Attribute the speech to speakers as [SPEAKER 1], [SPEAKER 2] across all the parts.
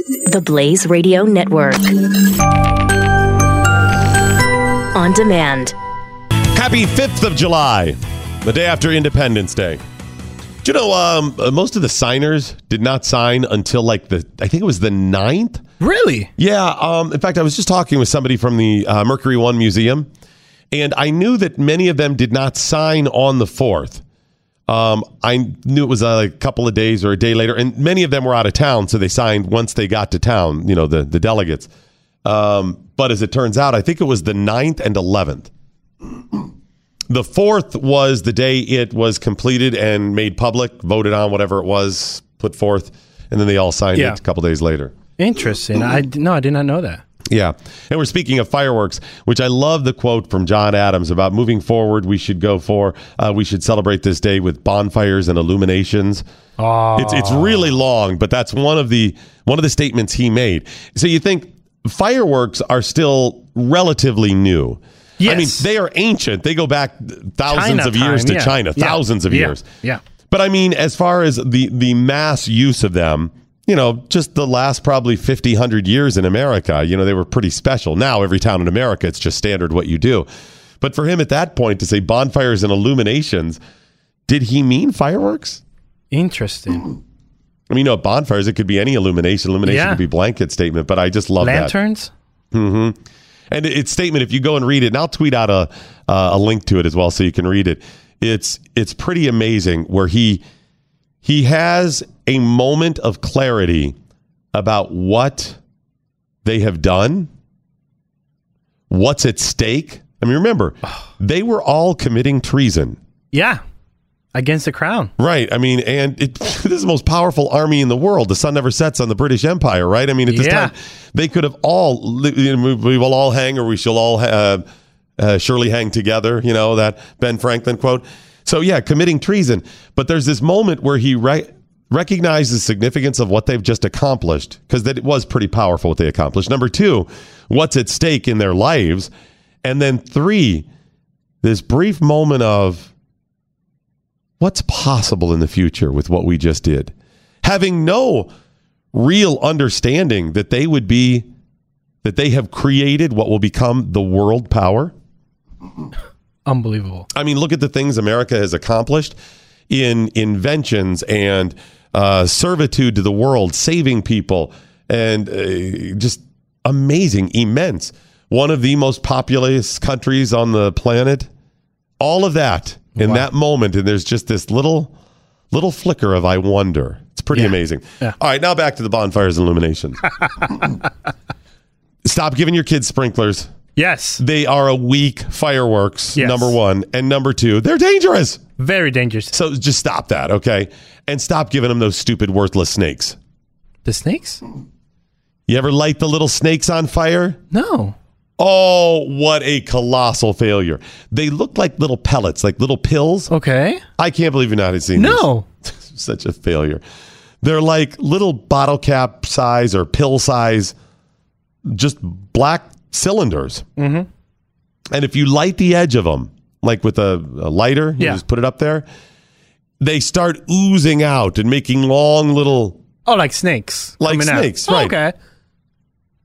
[SPEAKER 1] The Blaze Radio Network. On demand.
[SPEAKER 2] Happy 5th of July, the day after Independence Day. Do you know, um, uh, most of the signers did not sign until like the, I think it was the 9th?
[SPEAKER 3] Really?
[SPEAKER 2] Yeah. Um, in fact, I was just talking with somebody from the uh, Mercury One Museum, and I knew that many of them did not sign on the 4th. Um, I knew it was uh, a couple of days or a day later, and many of them were out of town, so they signed once they got to town, you know, the, the delegates. Um, but as it turns out, I think it was the 9th and 11th. The 4th was the day it was completed and made public, voted on, whatever it was, put forth, and then they all signed
[SPEAKER 3] Yeah.
[SPEAKER 2] it a couple days later.
[SPEAKER 3] Interesting. I d- no, I did not know that.
[SPEAKER 2] Yeah. And we're speaking of fireworks, which I love the quote from John Adams about moving forward, we should go for, uh, we should celebrate this day with bonfires and illuminations.
[SPEAKER 3] Ah.
[SPEAKER 2] It's, it's really long, but that's one of the one of the statements he made. So you think fireworks are still relatively new. I mean,
[SPEAKER 3] Yes.
[SPEAKER 2] they are ancient. They go back thousands
[SPEAKER 3] China
[SPEAKER 2] of years
[SPEAKER 3] time,
[SPEAKER 2] to
[SPEAKER 3] yeah.
[SPEAKER 2] China,
[SPEAKER 3] Yeah.
[SPEAKER 2] thousands of
[SPEAKER 3] Yeah.
[SPEAKER 2] years.
[SPEAKER 3] Yeah.
[SPEAKER 2] But I mean, as far as the the mass use of them, you know, just the last probably 50, 100 years in America, you know, they were pretty special. Now, every town in America, it's just standard what you do. But for him at that point to say bonfires and illuminations, did he mean fireworks?
[SPEAKER 3] Interesting.
[SPEAKER 2] I mean, no, bonfires, it could be any illumination. Illumination
[SPEAKER 3] Yeah.
[SPEAKER 2] could be blanket statement, but I just love that.
[SPEAKER 3] Lanterns?
[SPEAKER 2] And it- it's statement, if you go and read it, and I'll tweet out a, uh, a link to it as well so you can read it. It's, it's pretty amazing where he, he has a moment of clarity about what they have done, what's at stake. I mean, remember, they were all committing treason.
[SPEAKER 3] Yeah. Against the crown.
[SPEAKER 2] Right. I mean, and it, this is the most powerful army in the world. The sun never sets on the British Empire, right? I mean, at this
[SPEAKER 3] Yeah.
[SPEAKER 2] time, they could have all, li- you know, we- we will all hang or we shall all uh, uh, surely hang together, you know, that Ben Franklin quote. So, yeah, committing treason. But there's this moment where he re- recognizes the significance of what they've just accomplished because that it was pretty powerful what they accomplished. Number two, what's at stake in their lives. And then three, this brief moment of, what's possible in the future with what we just did, having no real understanding that they would be, that they have created what will become the world power.
[SPEAKER 3] Unbelievable.
[SPEAKER 2] I mean, look at the things America has accomplished in inventions and uh, servitude to the world, saving people, and uh, just amazing, immense. One of the most populous countries on the planet. All of that in that moment, and there's just this little, little flicker of I wonder. It's pretty
[SPEAKER 3] Yeah.
[SPEAKER 2] amazing.
[SPEAKER 3] Yeah.
[SPEAKER 2] All right, now back to the bonfires and illuminations. Stop giving your kids sprinklers
[SPEAKER 3] Yes.
[SPEAKER 2] they are a weak fireworks
[SPEAKER 3] Yes.
[SPEAKER 2] number one and number two they're dangerous
[SPEAKER 3] Very dangerous.
[SPEAKER 2] so just stop that okay and stop giving them those stupid worthless snakes
[SPEAKER 3] The snakes?
[SPEAKER 2] you ever light the little snakes on fire
[SPEAKER 3] No.
[SPEAKER 2] oh what a colossal failure they look like little pellets like little pills
[SPEAKER 3] Okay.
[SPEAKER 2] i can't believe you're not seeing
[SPEAKER 3] No.
[SPEAKER 2] these. such a failure they're like little bottle cap size or pill size just black cylinders And if you light the edge of them, like with a, a lighter, you
[SPEAKER 3] Yeah.
[SPEAKER 2] just put it up there, they start oozing out and making long little.
[SPEAKER 3] Oh, like snakes.
[SPEAKER 2] Like
[SPEAKER 3] coming out.
[SPEAKER 2] snakes, right.
[SPEAKER 3] Okay.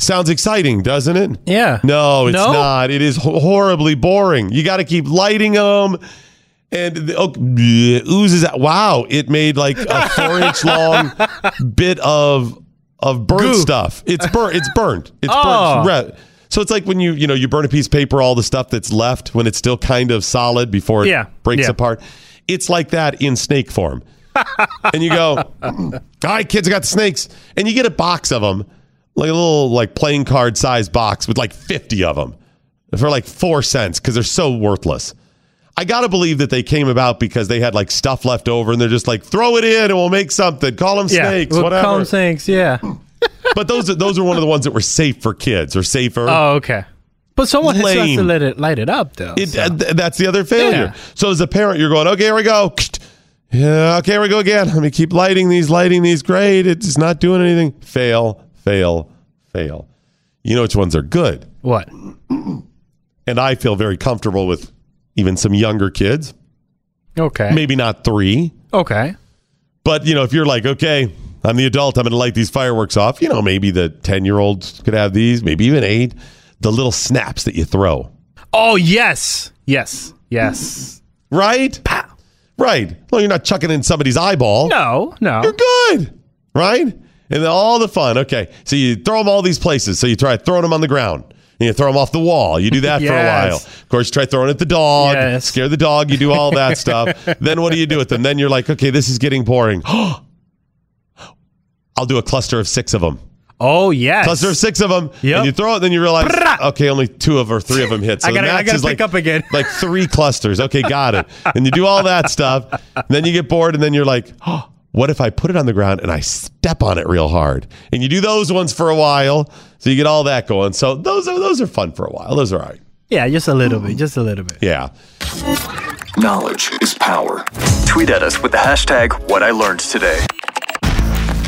[SPEAKER 2] Sounds exciting, doesn't it?
[SPEAKER 3] Yeah.
[SPEAKER 2] No, it's
[SPEAKER 3] No?
[SPEAKER 2] not. It is ho- horribly boring. You got to keep lighting them. And the, oh, bleh, oozes out. Wow, it made like a four inch long bit of of burnt
[SPEAKER 3] Goo.
[SPEAKER 2] stuff. It's burnt. It's burnt. It's
[SPEAKER 3] Oh.
[SPEAKER 2] burnt. Re- So it's like when you you know you burn a piece of paper, all the stuff that's left when it's still kind of solid before it
[SPEAKER 3] Yeah,
[SPEAKER 2] breaks
[SPEAKER 3] yeah.
[SPEAKER 2] apart. It's like that in snake form. and you go, "Mm, all right, kids, I got the snakes. And you get a box of them, like a little like playing card size box with like 50 of them for like four cents because they're so worthless. I got to believe that they came about because they had like stuff left over and they're just like, throw it in and we'll make something. Call them
[SPEAKER 3] Yeah.
[SPEAKER 2] snakes,
[SPEAKER 3] We'll
[SPEAKER 2] whatever.
[SPEAKER 3] Call them snakes. Yeah.
[SPEAKER 2] but those are, those are one of the ones that were safe for kids or safer.
[SPEAKER 3] Oh, okay. But someone has has to
[SPEAKER 2] Lame.
[SPEAKER 3] let it light it up, though.
[SPEAKER 2] It,
[SPEAKER 3] so.
[SPEAKER 2] uh, th- that's the other failure.
[SPEAKER 3] Yeah.
[SPEAKER 2] So as a parent, you're going, okay, here we go. Yeah, okay, here we go again. Let me keep lighting these, lighting these. Great. It's not doing anything. Fail, fail, fail. You know which ones are good.
[SPEAKER 3] what?
[SPEAKER 2] And I feel very comfortable with even some younger kids,
[SPEAKER 3] Okay.
[SPEAKER 2] maybe not three.
[SPEAKER 3] Okay.
[SPEAKER 2] But, you know, if you're like, okay, I'm the adult. I'm going to light these fireworks off. You know, maybe the 10 year olds could have these, maybe even eight. The little snaps that you throw,
[SPEAKER 3] Oh yes, yes, yes.
[SPEAKER 2] right? Right. Well, you're not chucking in somebody's eyeball.
[SPEAKER 3] No, no.
[SPEAKER 2] You're good, right? And then all the fun. Okay, so you throw them all these places. So you try throwing them on the ground. And you throw them off the wall. You do that for a
[SPEAKER 3] Yes.
[SPEAKER 2] while. Of course, you try throwing at the dog,
[SPEAKER 3] Yes.
[SPEAKER 2] scare the dog. You do all that stuff. Then what do you do with them? Then you're like, okay, this is getting boring. I'll do a cluster of six of them.
[SPEAKER 3] Oh yes.
[SPEAKER 2] Cluster of six of them.
[SPEAKER 3] Yep.
[SPEAKER 2] And you throw it, then you realize,
[SPEAKER 3] Brrrah.
[SPEAKER 2] okay, only two of or three of them hit. So
[SPEAKER 3] I
[SPEAKER 2] the
[SPEAKER 3] gotta- I
[SPEAKER 2] max
[SPEAKER 3] gotta
[SPEAKER 2] is like,
[SPEAKER 3] pick up again.
[SPEAKER 2] like three clusters. Okay, got it. And you do all that stuff. And then you get bored, and then you're like, oh, what if I put it on the ground and I step on it real hard? And you do those ones for a while, so you get all that going. So those are those are fun for a while. Those are all right.
[SPEAKER 3] Yeah, just a little bit, just a little bit.
[SPEAKER 2] Yeah.
[SPEAKER 4] Knowledge is power. Tweet at us with the hashtag what I learned today.